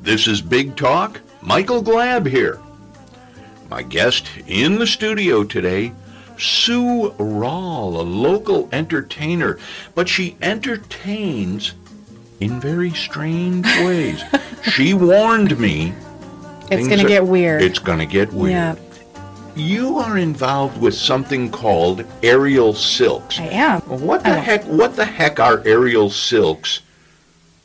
This is Big Talk. Michael Glab here. My guest in the studio today, Sue Rawl, a local entertainer, but she entertains in very strange ways. she warned me It's things going are- to get weird. it's going to get weird. Yeah, You are involved with something called aerial silks. I am. What the Oh. heck? What the heck are aerial silks?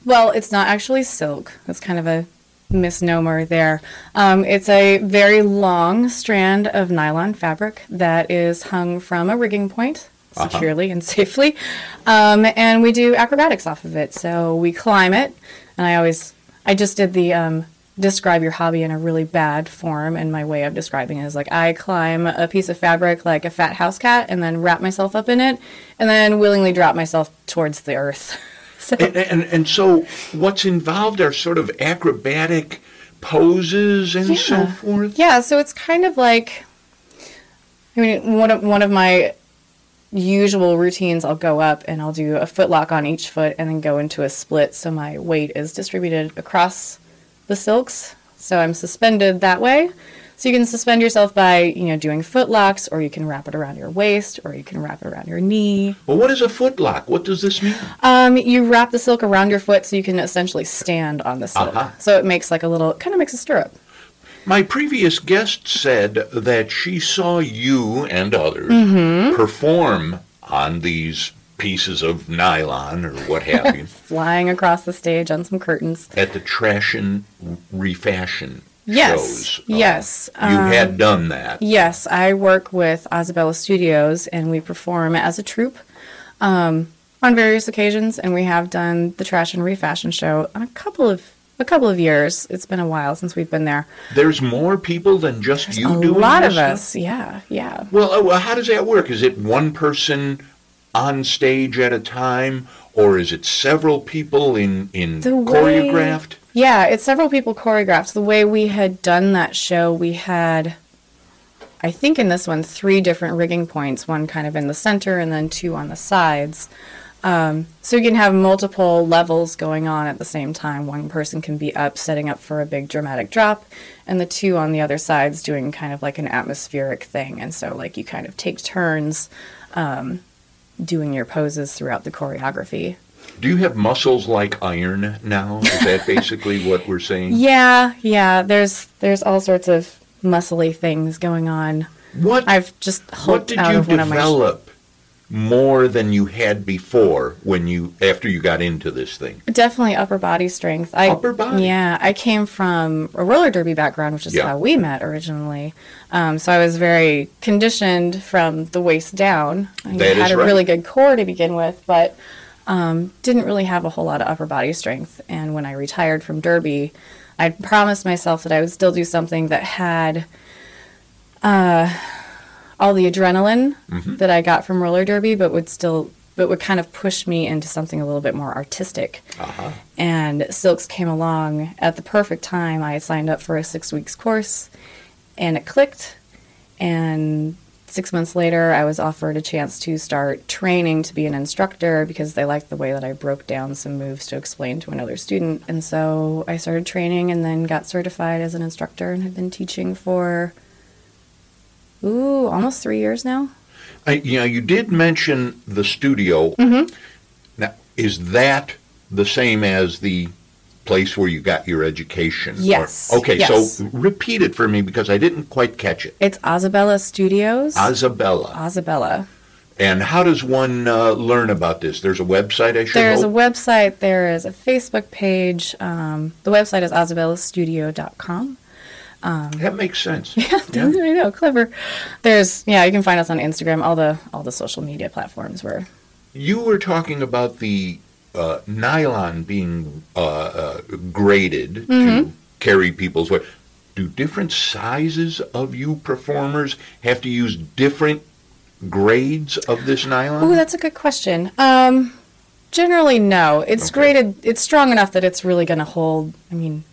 Well, it's not actually silk. That's kind of a misnomer there. Um, it's a very long strand of nylon fabric that is hung from a rigging point securely and safely. Um, and we do acrobatics off of it. So we climb it. And I always, I just did the um, describe your hobby in a really bad form. And my way of describing it is like I climb a piece of fabric like a fat house cat and then wrap myself up in it and then willingly drop myself towards the earth. So, And, and and so what's involved are sort of acrobatic poses and so Yeah. forth. Yeah, so it's kind of like I mean one of one of my usual routines I'll go up and I'll do a footlock on each foot and then go into a split so my weight is distributed across the silks. So I'm suspended that way. So you can suspend yourself by, you know, doing footlocks or you can wrap it around your waist or you can wrap it around your knee. Well, what is a footlock? What does this mean? Um, you wrap the silk around your foot so you can essentially stand on the silk. Uh-huh. So it makes like a little kind of makes a stirrup. My previous guest said that she saw you and others Mm-hmm. perform on these pieces of nylon or what have you Flying across the stage on some curtains. at the trash and refashion Yes, shows. Uh, yes, you um, had done that. Yes, I work with Isabella Studios and we perform as a troupe um, on various occasions, and we have done the Trash and Refashion show on a couple of a couple of years. It's been a while since we've been there. There's more people than just you a doing lot this of stuff? us, yeah, yeah. Well, uh, well, how does that work? Is it one person on stage at a time, or is it several people in in The way- choreographed? Yeah, it's several people choreographed. The way we had done that show, we had, I think in this one, three different rigging points one kind of in the center and then two on the sides. Um, so you can have multiple levels going on at the same time. One person can be up setting up for a big dramatic drop, and the two on the other sides doing kind of like an atmospheric thing. And so, like, you kind of take turns um, doing your poses throughout the choreography. Do you have muscles like iron now? Is that basically what we're saying? Yeah, yeah. There's there's all sorts of muscly things going on. What I've just what hulked did out you of one of my. sh- develop more than you had before when you after you got into this thing? Definitely upper body strength. I, Upper body? Yeah, I came from a roller derby background, which is Yeah. how we met originally. Um, so I was very conditioned from the waist down. I That had is a right. really good core to begin with, but um, didn't really have a whole lot of upper body strength. And when I retired from derby, I promised myself that I would still do something that had. uh, all the adrenaline that I got from roller derby, but would still, but would kind of push me into something a little bit more artistic. And Silks came along at the perfect time. I had signed up for a six weeks course, and it clicked. And six months later, I was offered a chance to start training to be an instructor because they liked the way that I broke down some moves to explain to another student. And so I started training, and then got certified as an instructor, and have been teaching for. Ooh, almost three years now. I, you know, you did mention the studio. Mm-hmm. Now, is that the same as the place where you got your education? Or- Yes, okay, yes. so repeat it for me because I didn't quite catch it. It's Isabella Studios. Uh, Isabella. Isabella. And how does one uh, learn about this? There's a website, I should There's a hope. website. There is a Facebook page. Um, the website is isabellastudio.com. that makes sense. Doesn't I know? Clever. There's yeah. You can find us on Instagram. All the all the social media platforms where You were talking about the uh, nylon being uh, uh, graded to carry people's weight. Do different sizes of you performers have to use different grades of this nylon? Oh, that's a good question. Um, generally, no. It's Okay. graded. It's strong enough that it's really going to hold. I mean,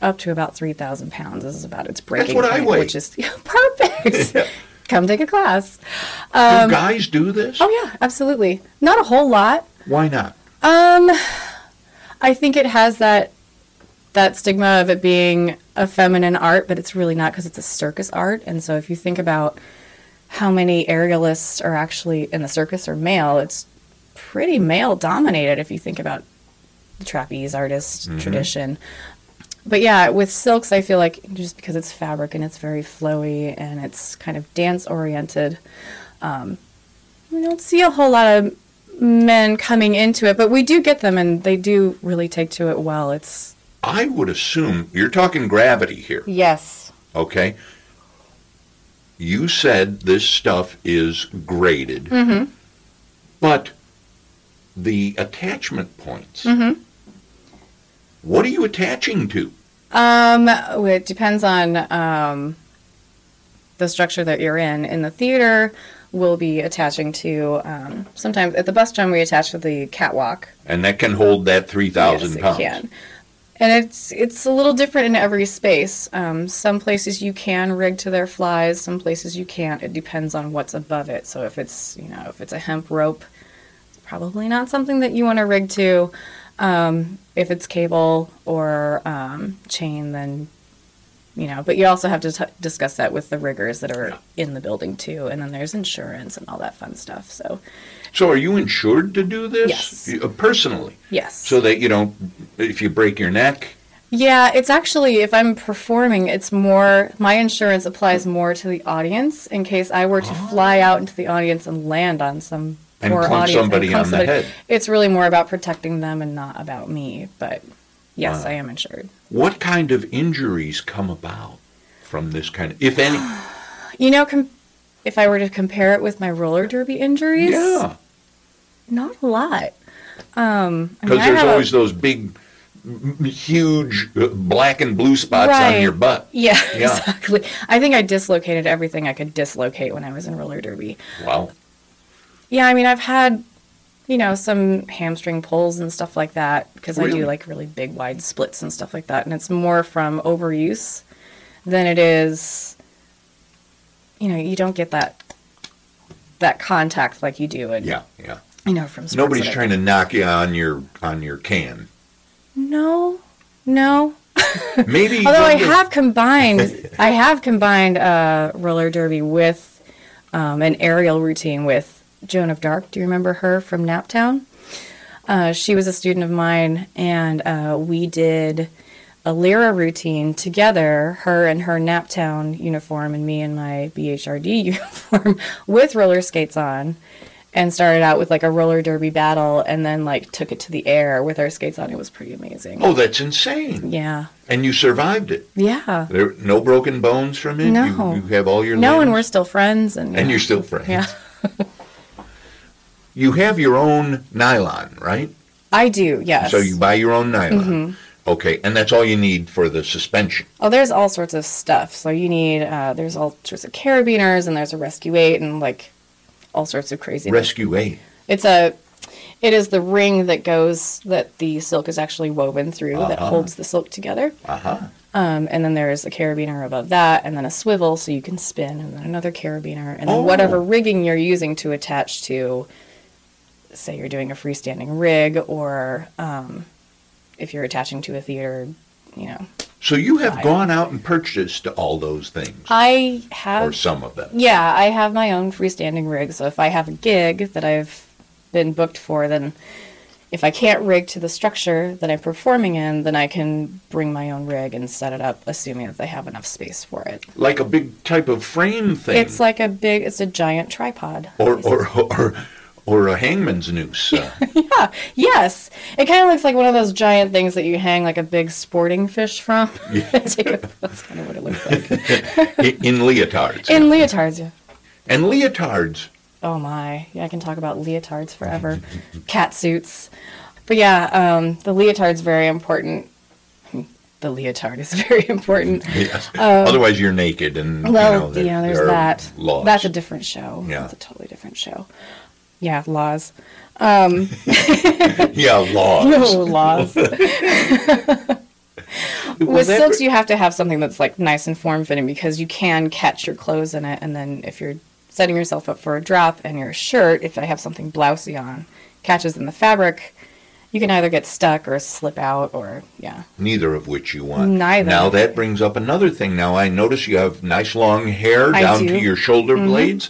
up to about three thousand pounds is about its breaking what I point, weigh. which is perfect. Come take a class. do guys do this? Oh yeah, absolutely. Not a whole lot. Why not? Um, I think it has that that stigma of it being a feminine art, but it's really not because it's a circus art. And so if you think about how many aerialists are actually in the circus are male, it's pretty male dominated if you think about the trapeze artist tradition. But yeah, with silks, I feel like just because it's fabric and it's very flowy and it's kind of dance oriented, um, we don't see a whole lot of men coming into it, but we do get them and they do really take to it well. It's I would assume you're talking gravity here, yes, okay? You said this stuff is graded, Mm-hmm. but the attachment points. Mm-hmm. What are you attaching to? Um, well, it depends on um, the structure that you're in. In the theater, we'll be attaching to um, sometimes at the bus jump we attach to the catwalk. And that can hold that three thousand Yes, it pounds. can. And it's it's a little different in every space. Um, some places you can rig to their flies. Some places you can't. It depends on what's above it. So if it's you know if it's a hemp rope, it's probably not something that you want to rig to. Um, if it's cable or um, chain, then you know. But you also have to t- discuss that with the riggers that are in the building too. And then there's insurance and all that fun stuff. So So are you insured to do this Yes. You- uh, personally? yes. So that you don't, if you break your neck, Yeah, it's actually if I'm performing, it's more my insurance applies more to the audience in case I were to fly out into the audience and land on some Ah. And poor clunk audience somebody and on clunk the head. It's really more about protecting them and not about me. But Ah. yes, I am insured. what kind of injuries come about from this kind of, if any? You know, com- if I were to compare it with my roller derby injuries, yeah, not a lot. Um, I mean, because I there's have a- always those big, m- m- huge uh, black and blue spots on Right. your butt. yeah, Yeah. exactly. I think I dislocated everything I could dislocate when I was in roller derby. Wow. Yeah, I mean, I've had, you know, some hamstring pulls and stuff like that because I Really? do like really big wide splits and stuff like that. And it's more from overuse than it is, you know, you don't get that that contact like you do. And, Yeah, yeah. You know, from sports Nobody's that I- trying to knock you on your on your can. No, no. Maybe. Although I younger- have combined, I have combined uh, roller derby with um, an aerial routine with Joan of Dark. Do you remember her from Naptown? Uh, she was a student of mine, and uh, we did a Lyra routine together. Her and her Naptown uniform, and me in my BHRD uniform with roller skates on. And started out with like a roller derby battle, and then like took it to the air with our skates on. It was pretty amazing. Oh, that's insane! Yeah, And you survived it. yeah. There no broken bones from it. No. You, you have all your. No, and we're limbs, still friends. And, And you're still friends. Yeah. You have your own nylon, right? I do, yes. Mm-hmm. So you buy your own nylon. Okay, and that's all you need for the suspension. oh, there's all sorts of stuff. So you need, uh, there's all sorts of carabiners, and there's a rescue eight, and like all sorts of craziness. Rescue A. it's a, it is the ring that goes, that the silk is actually woven through that Uh-huh. holds the silk together. Uh huh. Um, and then there's a carabiner above that, and then a swivel so you can spin, and then another carabiner, and then Oh. whatever rigging you're using to attach to, say you're doing a freestanding rig, or um, if you're attaching to a theater, you know. So you have gone out and purchased all those things, I or have, some of them. yeah, I have my own freestanding rig, so if I have a gig that I've been booked for, then if I can't rig to the structure that I'm performing in, then I can bring my own rig and set it up, assuming that they have enough space for it. Like a big type of frame thing, It's like a big, it's a giant tripod. or, or or or a hangman's noose. Uh, Yeah, yes. It kind of looks like one of those giant things that you hang like a big sporting fish from. Take a- that's kind of what it looks like. in, in leotards. In leotards, yeah. and leotards, Oh my, yeah, I can talk about leotards forever. Cat suits. But yeah, um, the leotard's very important. The leotard is very important. yes. Otherwise, you're naked, and you know, Oh. Well, there- yeah, there's there are that. Laws. That's a different show. Yeah. That's a totally different show. Yeah, laws. yeah laws. Oh, laws. Well, with that- silks you have to have something that's like nice and form fitting because you can catch your clothes in it and then if you're setting yourself up for a drop and your shirt if i have something blousy on catches in the fabric you can either get stuck or slip out or yeah. Neither of which you want. Neither. Now that brings up another thing. Now I notice you have nice long hair I down do. Mm-hmm. to your shoulder blades.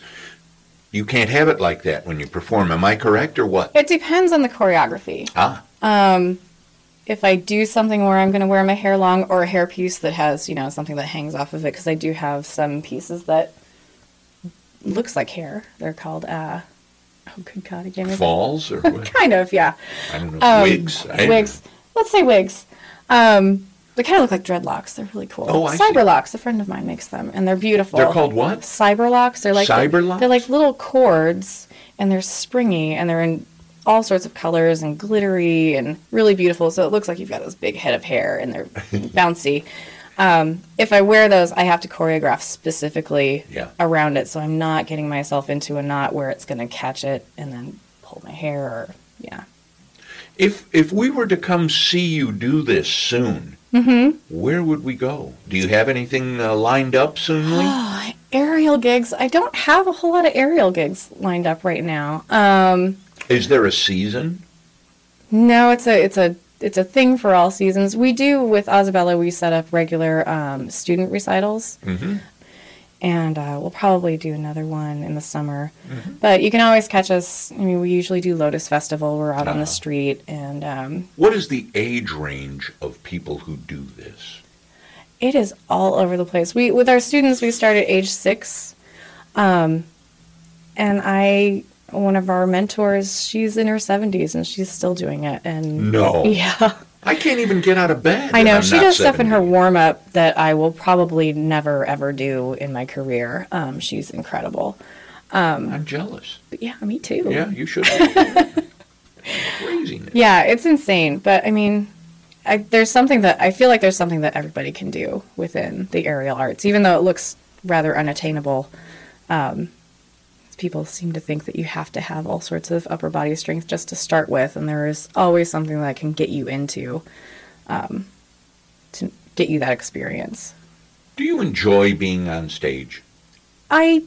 You can't have it like that when you perform. Am I correct or what? It depends on the choreography. Ah, If I do something where I'm going to wear my hair long or a hairpiece that has, you know, something that hangs off of it, because I do have some pieces that looks like hair. They're called, uh, oh, good God, again. falls or what? Kind of, yeah. I don't know. Um, wigs. I- wigs. Let's say wigs. Um, they kind of look like dreadlocks. They're really cool. Oh, I see. Cyberlocks. A friend of mine makes them, and they're beautiful. They're called what? Cyberlocks. They're like Cyberlocks? They're like little cords, and they're springy, and they're in all sorts of colors and glittery and really beautiful. So it looks like you've got this big head of hair, and they're bouncy. Um, if I wear those, I have to choreograph specifically Yeah. around it, so I'm not getting myself into a knot where it's going to catch it and then pull my hair. Or yeah, If if we were to come see you do this soon, Mm-hmm. where would we go? Do you have anything uh, lined up soonly? aerial gigs i don't have a whole lot of aerial gigs lined up right now um Is there a season? no it's a it's a it's a thing for all seasons we do with Isabella. we set up regular um, student recitals Mm-hmm. and uh, we'll probably do another one in the summer but you can always catch us i mean we usually do lotus festival we're out on the street and um, What is the age range of people who do this? it is all over the place. We with our students, we start at age six, um, and I one of our mentors, she's in her seventies and she's still doing it. And No. yeah, I can't even get out of bed. I and know I'm she not does stuff in her 70. warm up that I will probably never ever do in my career. Um, she's incredible. I'm jealous. But yeah, me too. Yeah, you should. be. Craziness. Yeah, it's insane. But I mean, I, there's something that I feel like there's something that everybody can do within the aerial arts, even though it looks rather unattainable. Um, people seem to think that you have to have all sorts of upper body strength just to start with, and there is always something that can get you into um, to get you that experience. Do you enjoy being on stage? I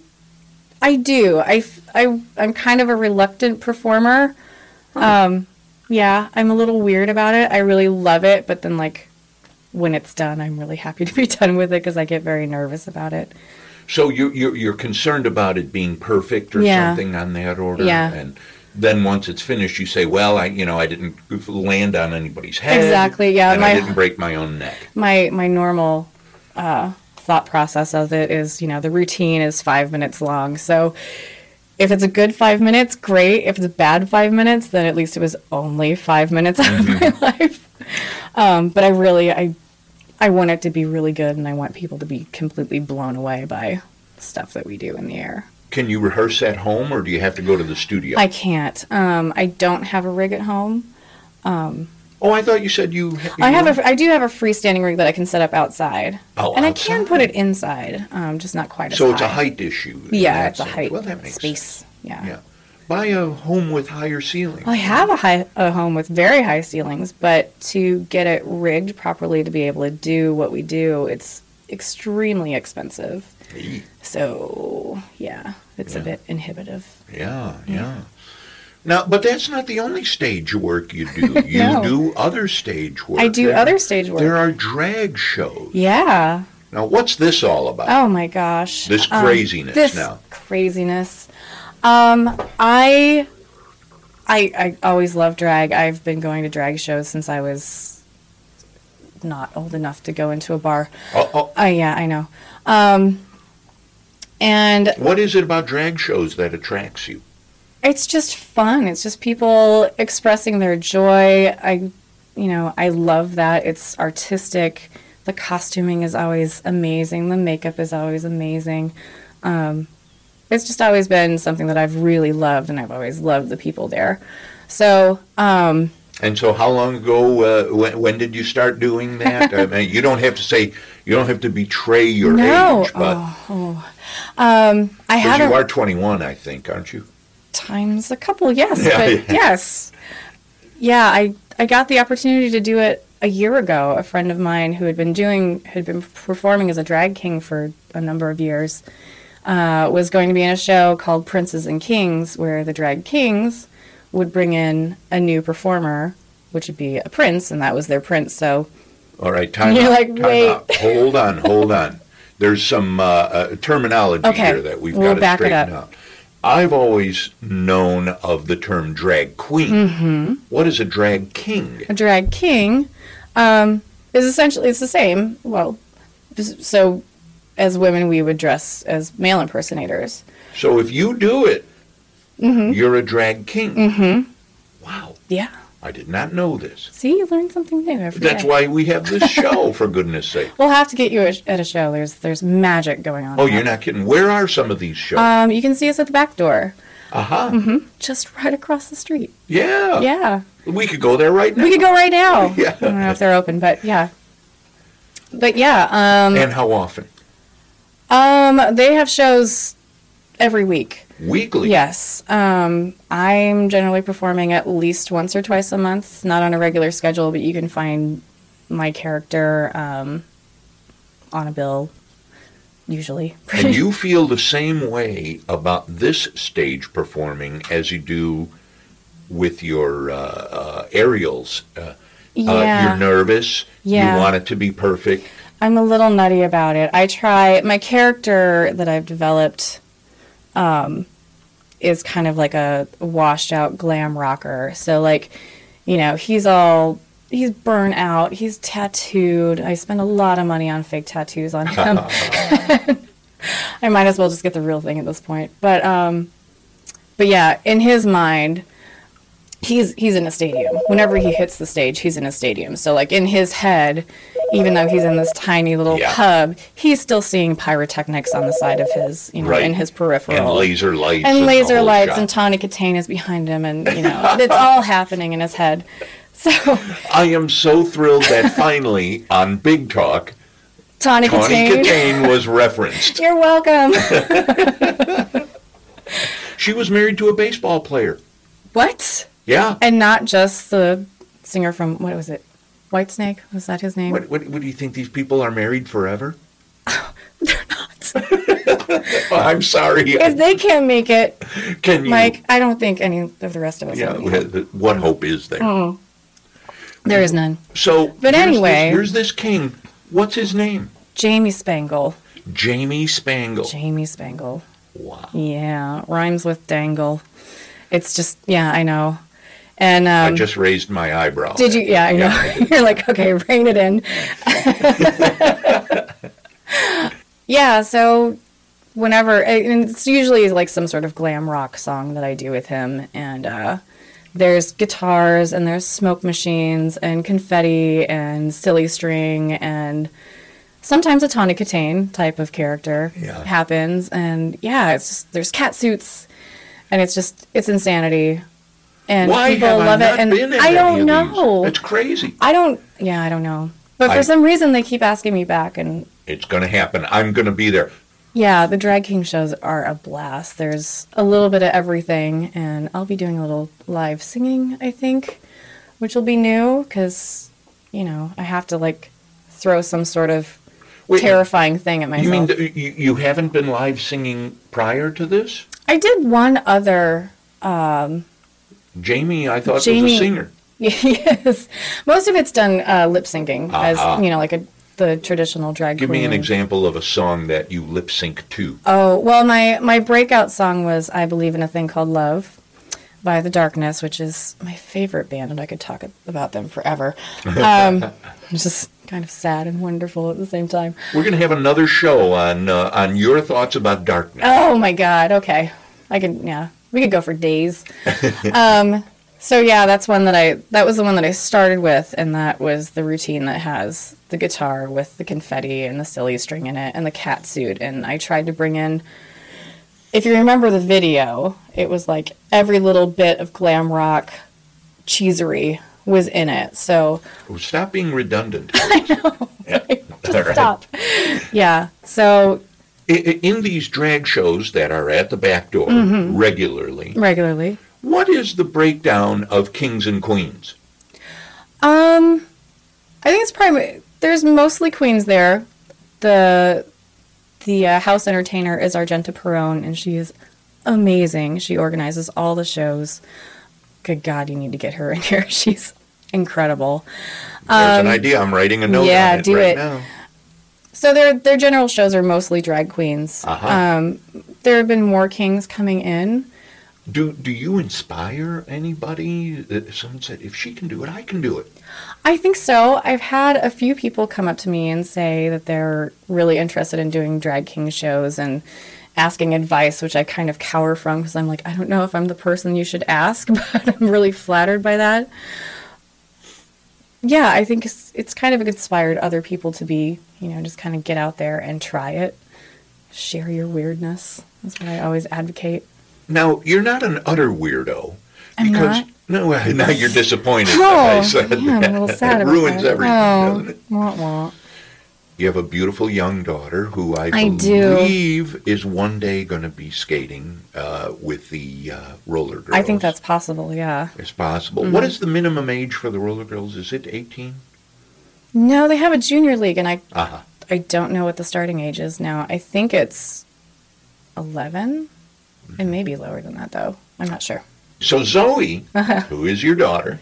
I do. I f- I am kind of a reluctant performer. Um yeah, I'm a little weird about it. I really love it, but then like when it's done, I'm really happy to be done with it cuz I get very nervous about it. So you you're, you're concerned about it being perfect or Yeah. something on that order, Yeah. and then once it's finished, you say, "Well, I you know I didn't land on anybody's head. Exactly, yeah, and I my- didn't break my own neck. My my normal uh thought process of it is, you know, the routine is 5 minutes long. So if it's a good 5 minutes, great. If it's a bad 5 minutes, then at least it was only 5 minutes out Mm-hmm. of my life. Um but I really I I want it to be really good and I want people to be completely blown away by stuff that we do in the air. Can you rehearse at home, or do you have to go to the studio? I can't. Um, I don't have a rig at home. oh, I thought you said you. you I have a I do have a freestanding rig that I can set up outside. Oh, and I can outside. put it inside, um, just not quite as So it's a high. height issue. in Yeah, that it's a sense. height Well, that makes space. sense. Yeah. Yeah, buy a home with higher ceilings. I have a high a home with very high ceilings, but to get it rigged properly to be able to do what we do, it's extremely expensive. Eek. So yeah, it's a Yeah. bit inhibitive. Yeah, yeah. Now, but that's not the only stage work you do. You No. do other stage work. I do other stage work. There are drag shows. Yeah. Now, what's this all about? Oh my gosh. This Um, craziness this now. Craziness. Um, I, I, I always love drag. I've been going to drag shows since I was not old enough to go into a bar. Oh, oh, Oh yeah, I know. Um, and what is it about drag shows that attracts you? it's just fun. It's just people expressing their joy. I, you know, I love that. It's artistic. The costuming is always amazing. The makeup is always amazing. Um, it's just always been something that I've really loved, and I've always loved the people there. So um, And so, how long ago? Uh, when, when did you start doing that? I mean, you don't have to say. You don't have to betray your No. age, but um, I because had you a are 21, I think, aren't you? times a couple. Yes, Yeah, but yeah. yes, yeah. I I got the opportunity to do it a year ago. A friend of mine who had been doing had been performing as a drag king for a number of years uh, was going to be in a show called Princes and Kings, where the drag kings would bring in a new performer which would be a prince, and that was their prince. So All right, time You're out, like, time wait. out. Hold on, hold on. There's some uh, uh, terminology Okay, here that we've we'll got to back it straighten up. out. I've always known of the term drag queen. Mm-hmm. What is a drag king? a drag king um, is essentially it's the same. Well, so as women, we would dress as male impersonators. So if you do it, Mm-hmm. you're a drag king. Mm-hmm. Wow, Yeah. I did not know this. See, you learn something new every day. That's why we have this show, for goodness sake. We'll have to get you a- at a show. There's there's magic going on. Oh, in you're that. not kidding. Where are some of these shows? Um, you can see us at the back door, Aha. just right across the street. Yeah. mm-hmm. Yeah, We could go there right now. we could go right now. Uh, Yeah. I don't know if they're open, but yeah. But yeah, um, And how often? um, they have shows every week. Weekly. Yes. Um, I'm generally performing at least once or twice a month, not on a regular schedule, but you can find my character um, on a bill, usually. and you feel the same way about this stage performing as you do with your uh, uh, aerials. Uh, Uh, yeah. you're nervous. Yeah. You want it to be perfect. I'm a little nutty about it. I try, my character that I've developed um, is kind of like a washed out glam rocker. So, like, you know, he's all. He's burnt out. He's tattooed. I spend a lot of money on fake tattoos on him. I might as well just get the real thing at this point. But um, but yeah, in his mind, he's he's in a stadium. Whenever he hits the stage, he's in a stadium. So like in his head, even though he's in this tiny little Yeah. pub, he's still seeing pyrotechnics on the side of his, you know, Right. in his peripheral. And laser lights. And the laser whole lights shot. and Tawny Katane is behind him and you know, it's all happening in his head. So I am so thrilled that finally on Big Talk, Tawny Connie Katane. Katane was referenced. You're welcome. She was married to a baseball player. what? Yeah. and not just the singer from what was it whitesnake was that his name What, what, what do you think these people are married forever? they're not Oh, I'm sorry. if they can't make it Can you? mike i don't think any of the rest of us yeah. will make it. What hope is there? there is none So, Mm. here's But this- anyway- here's this king. What's his name? jamie spangle Jamie Spangle. jamie spangle Wow. yeah rhymes with dangle it's just yeah i know and I um, just raised my eyebrow. Did you? there. Yeah, I know. You're like, okay, rein it in. yeah, so whenever, and it's usually like some sort of glam rock song that I do with him, and uh, there's guitars and there's smoke machines and confetti and silly string and sometimes a Tawny Katane type of character Yeah. happens, and yeah, it's just there's cat suits, and it's just it's insanity. And Why people have love I it, not and been in I any don't of know. These? It's crazy. I don't. Yeah, I don't know. But for I- some reason, they keep asking me back, and It's going to happen. I'm going to be there. yeah, the drag king shows are a blast. There's a little bit of everything, and I'll be doing a little live singing, I think, which will be new because, you know, I have to like throw some sort of Wait, terrifying thing at myself. You mean that you, you haven't been live singing prior to this? I did one other. Jamie, I thought was a Jamie- singer. yes, most of it's done uh, lip syncing Uh-huh. as you know, like a the traditional drag. Give me an queen. example of a song that you lip sync to. Oh well, my my breakout song was "I Believe in a Thing Called Love" by The Darkness, which is my favorite band, and I could talk about them forever. Um, it's just kind of sad and wonderful at the same time. We're going to have another show on uh, on your thoughts about darkness. Oh my God! Okay, I can yeah, we could go for days. um, so yeah, that's one that I that was the one that I started with, and that was the routine that has the guitar with the confetti and the silly string in it and the cat suit, and I tried to bring in. If you remember the video, it was like every little bit of glam rock cheesery was in it. So Oh, Stop being redundant. I know. stop. Yeah. So In these drag shows that are at the back door Mm-hmm. regularly, regularly. what is the breakdown of kings and queens? Um, I think it's probably there's mostly queens there. The the uh, house entertainer is Argenta Perone, and she is amazing. She organizes all the shows. Good God, you need to get her in here. She's incredible. There's an idea. I'm writing a note Um, yeah, on it do right it. now. So their their general shows are mostly drag queens. Uh-huh. Um, there have been more kings coming in. Do do you inspire anybody? Uh, Someone said, if she can do it, I can do it. I think so. I've had a few people come up to me and say that they're really interested in doing drag king shows and asking advice, which I kind of cower from because I'm like, I don't know if I'm the person you should ask, but I'm really flattered by that. Yeah, I think it's, it's kind of inspired other people to be, you know, just kind of get out there and try it. Share your weirdness. That's what I always advocate. Now you're not an utter weirdo, I'm because not? no, uh, now you're disappointed. that I Oh, said yeah, I'm that. a little sad it about ruins that. everything, Oh, doesn't it? wah, wah. You have a beautiful young daughter who I, I do. believe is one day going to be skating uh, with the uh, roller girls. I think that's Mm-hmm. possible, yeah. it's possible. What is the minimum age for the roller girls? Is it 18? No, they have a junior league, and I Uh-huh. I don't know what the starting age is now. I think it's 11. Mm-hmm. It may be lower than that, though. I'm not sure. So Zoe, who is your daughter,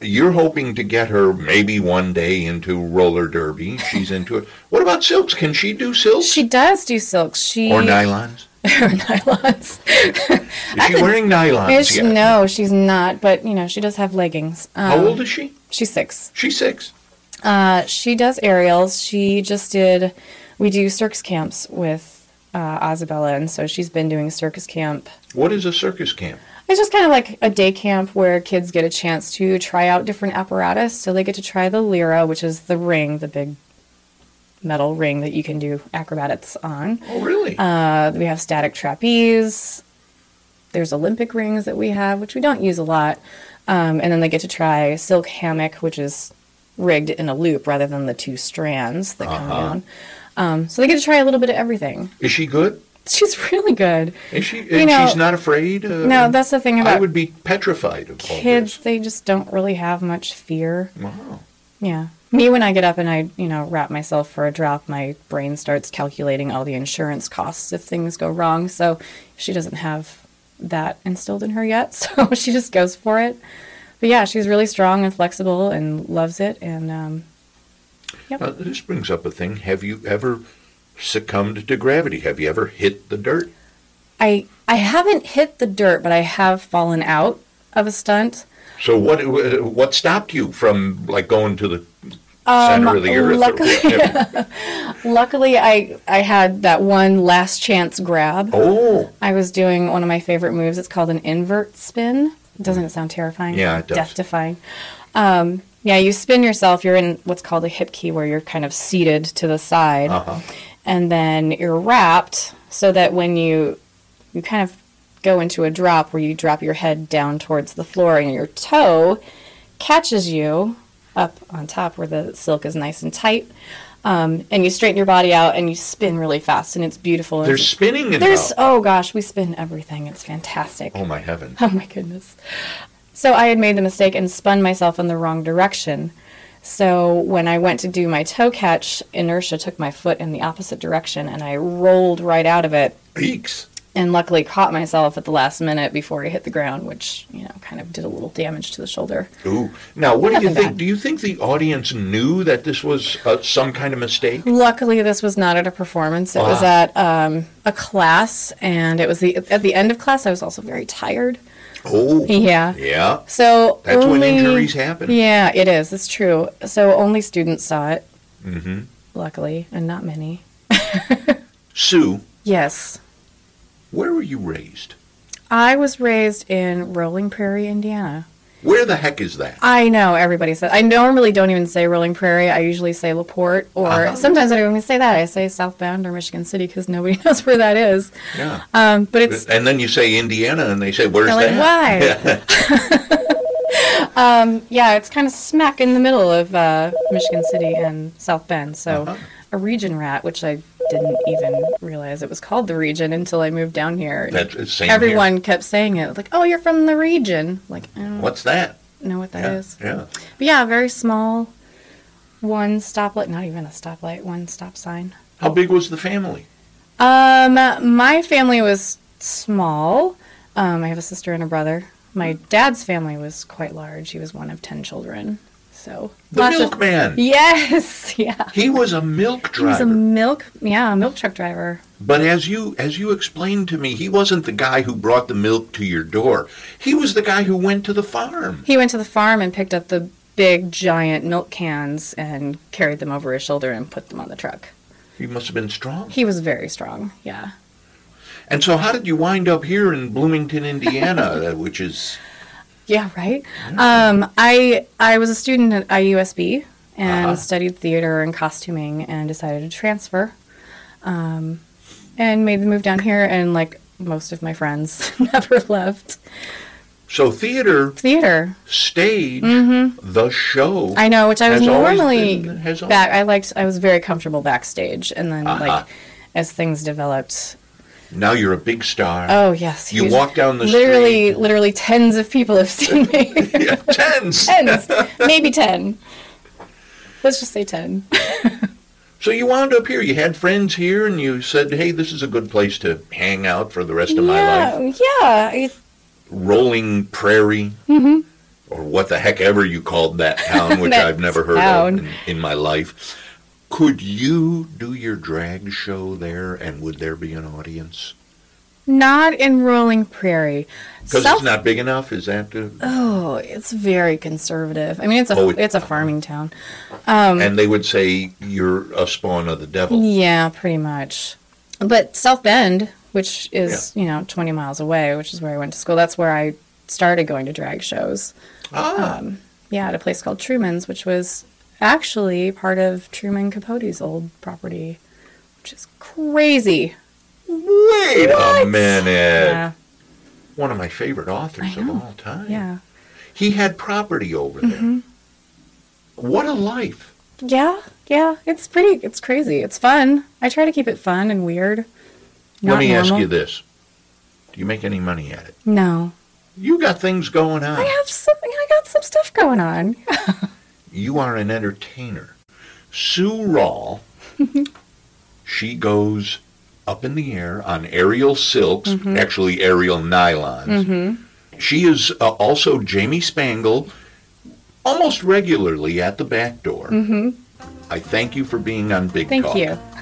you're hoping to get her maybe one day into roller derby. She's into it. What about silks? Can she do silks She does do silks. She or nylons? or nylons. Is she wearing nylons Ish, yet? No, she's not. But you know, she does have leggings. Um, How old is she? She's six. She's six. Uh, she does aerials. She just did. We do circus camps with uh, Isabella, and so she's been doing circus camp What is a circus camp? It's just kind of like a day camp where kids get a chance to try out different apparatus. So they get to try the lira, which is the ring, the big metal ring that you can do acrobatics on. Oh, really? Uh, we have static trapeze. There's Olympic rings that we have, which we don't use a lot. Um, and then they get to try silk hammock, which is rigged in a loop rather than the two strands that come down. Um, so they get to try a little bit of everything. is she good? She's really good. Is she? And You know- she's not afraid. Uh, No, that's the thing about I would be petrified of all kids they just don't really have much fear This. Wow. yeah me when i get up and i you know wrap myself for a drop my brain starts calculating all the insurance costs if things go wrong so she doesn't have that instilled in her yet so she just goes for it but yeah she's really strong and flexible and loves it and um, Now, this brings up a thing. Have you ever succumbed to gravity? Have you ever hit the dirt? i i haven't hit the dirt but i have fallen out of a stunt So what uh, what stopped you from like going to the Um, center of the earth? or luckily- whatever? luckily i i had that one last chance grab oh, I was doing one of my favorite moves. It's called an invert spin. Doesn't it sound terrifying? Mm. Yeah, it does. Death defying. Um, yeah, you spin yourself. You're in what's called a hip key, where you're kind of seated to the side, Uh-huh. and then you're wrapped so that when you you kind of go into a drop where you drop your head down towards the floor and your toe catches you up on top where the silk is nice and tight. Um, and you straighten your body out and you spin really fast and it's beautiful. and there's spinning involved. there's oh gosh, we spin everything. It's fantastic. oh my heaven! Oh my goodness. So I had made the mistake and spun myself in the wrong direction. So when I went to do my toe catch, inertia took my foot in the opposite direction and I rolled right out of it Eeks. and luckily caught myself at the last minute before I hit the ground, which, you know, kind of did a little damage to the shoulder. Ooh. Now, what do you Nothing think? bad. Do you think the audience knew that this was uh, some kind of mistake? Luckily, this was not at a performance. It was Ah. at um, a class, and it was the at the end of class. I was also very tired. Oh, Yeah. yeah. So That's when only- injuries happen. Yeah, it is. It's true. So only students saw it. Mm-hmm. Luckily, and not many. Sue, Yes, where were you raised? I was raised in Rolling Prairie, Indiana. Where the heck is that? I know everybody says. I normally don't even say Rolling Prairie. I usually say Laporte, or Uh-huh. sometimes I don't even say that. I say Southbound or Michigan City because nobody knows where that is. Yeah. Um, but it's And then you say Indiana, and they say, "Where's They're like, that?" why? um, yeah, it's kind of smack in the middle of uh, Michigan City and South Bend. So, Uh-huh. a region rat, which I didn't even realize it was called the region until I moved down here. That's the same. here. Everyone kept saying it, like, "Oh, you're from the region." Like, I don't What's that? know what that Yeah, is. yeah. But yeah, very small, one stoplight, not even a stoplight, one stop sign. How big was the family? Um, my family was small. Um, I have a sister and a brother. My dad's family was quite large. He was one of 10 children. So, The lots of- milkman. Yes, yeah. He was a milk He was a driver. milk, yeah, a milk truck driver. But as you as you explained to me, he wasn't the guy who brought the milk to your door. He was the guy who went to the farm. He went to the farm and picked up the big giant milk cans and carried them over his shoulder and put them on the truck. He must have been strong. He was very strong, yeah. And so how did you wind up here in Bloomington, Indiana, which is Yeah, right. Um, I I was a student at IUSB and Uh-huh. studied theater and costuming and decided to transfer, um, and made the move down here. And like most of my friends, never left so theater, theater. stage, the show. Mm-hmm. I know, which I was Has always normally been- has al- back. I liked. I was very comfortable backstage, and then Uh-huh. like as things developed, now you're a big star. oh yes, You huge- walk down the literally, literally tens of people have seen me. yeah, tense. tens, maybe ten. Let's just say ten. So you wound up here. You had friends here, and you said, "Hey, this is a good place to hang out for the rest of my yeah, life." Yeah, it- Rolling Prairie, or what the heck ever you called that town, which Mm-hmm. That I've never heard town. of in, in my life. Could you do your drag show there, and would there be an audience? not in Rolling Prairie. Because South- it's not big enough. Is that? The, Oh, it's very conservative. I mean, it's a Oh, it- it's a farming town. Um, and they would say you're a spawn of the devil. Yeah, pretty much. But South Bend, which is you know 20 miles away, which is where I went to school. That's where I started going to drag shows. Ah, um, Yeah, at a place called Truman's, which was actually part of Truman Capote's old property, which is crazy. wait a minute. Yeah, One of my favorite authors I of know. all time. yeah, He had property over there. Mm-hmm. What a life. yeah, yeah. It's pretty. It's crazy. It's fun. I try to keep it fun and weird. Let not me ask normal. you this. Do you make any money at it? No. You got things going on. I have something. I got some stuff going on. You are an entertainer. Sue Rawl, she goes up in the air on aerial silks, Mm-hmm. actually aerial Mm. nylons. She is uh, also Jamie Spangle, almost regularly at the back door. I thank you for being on Big Mm-hmm. Thank Talk. you.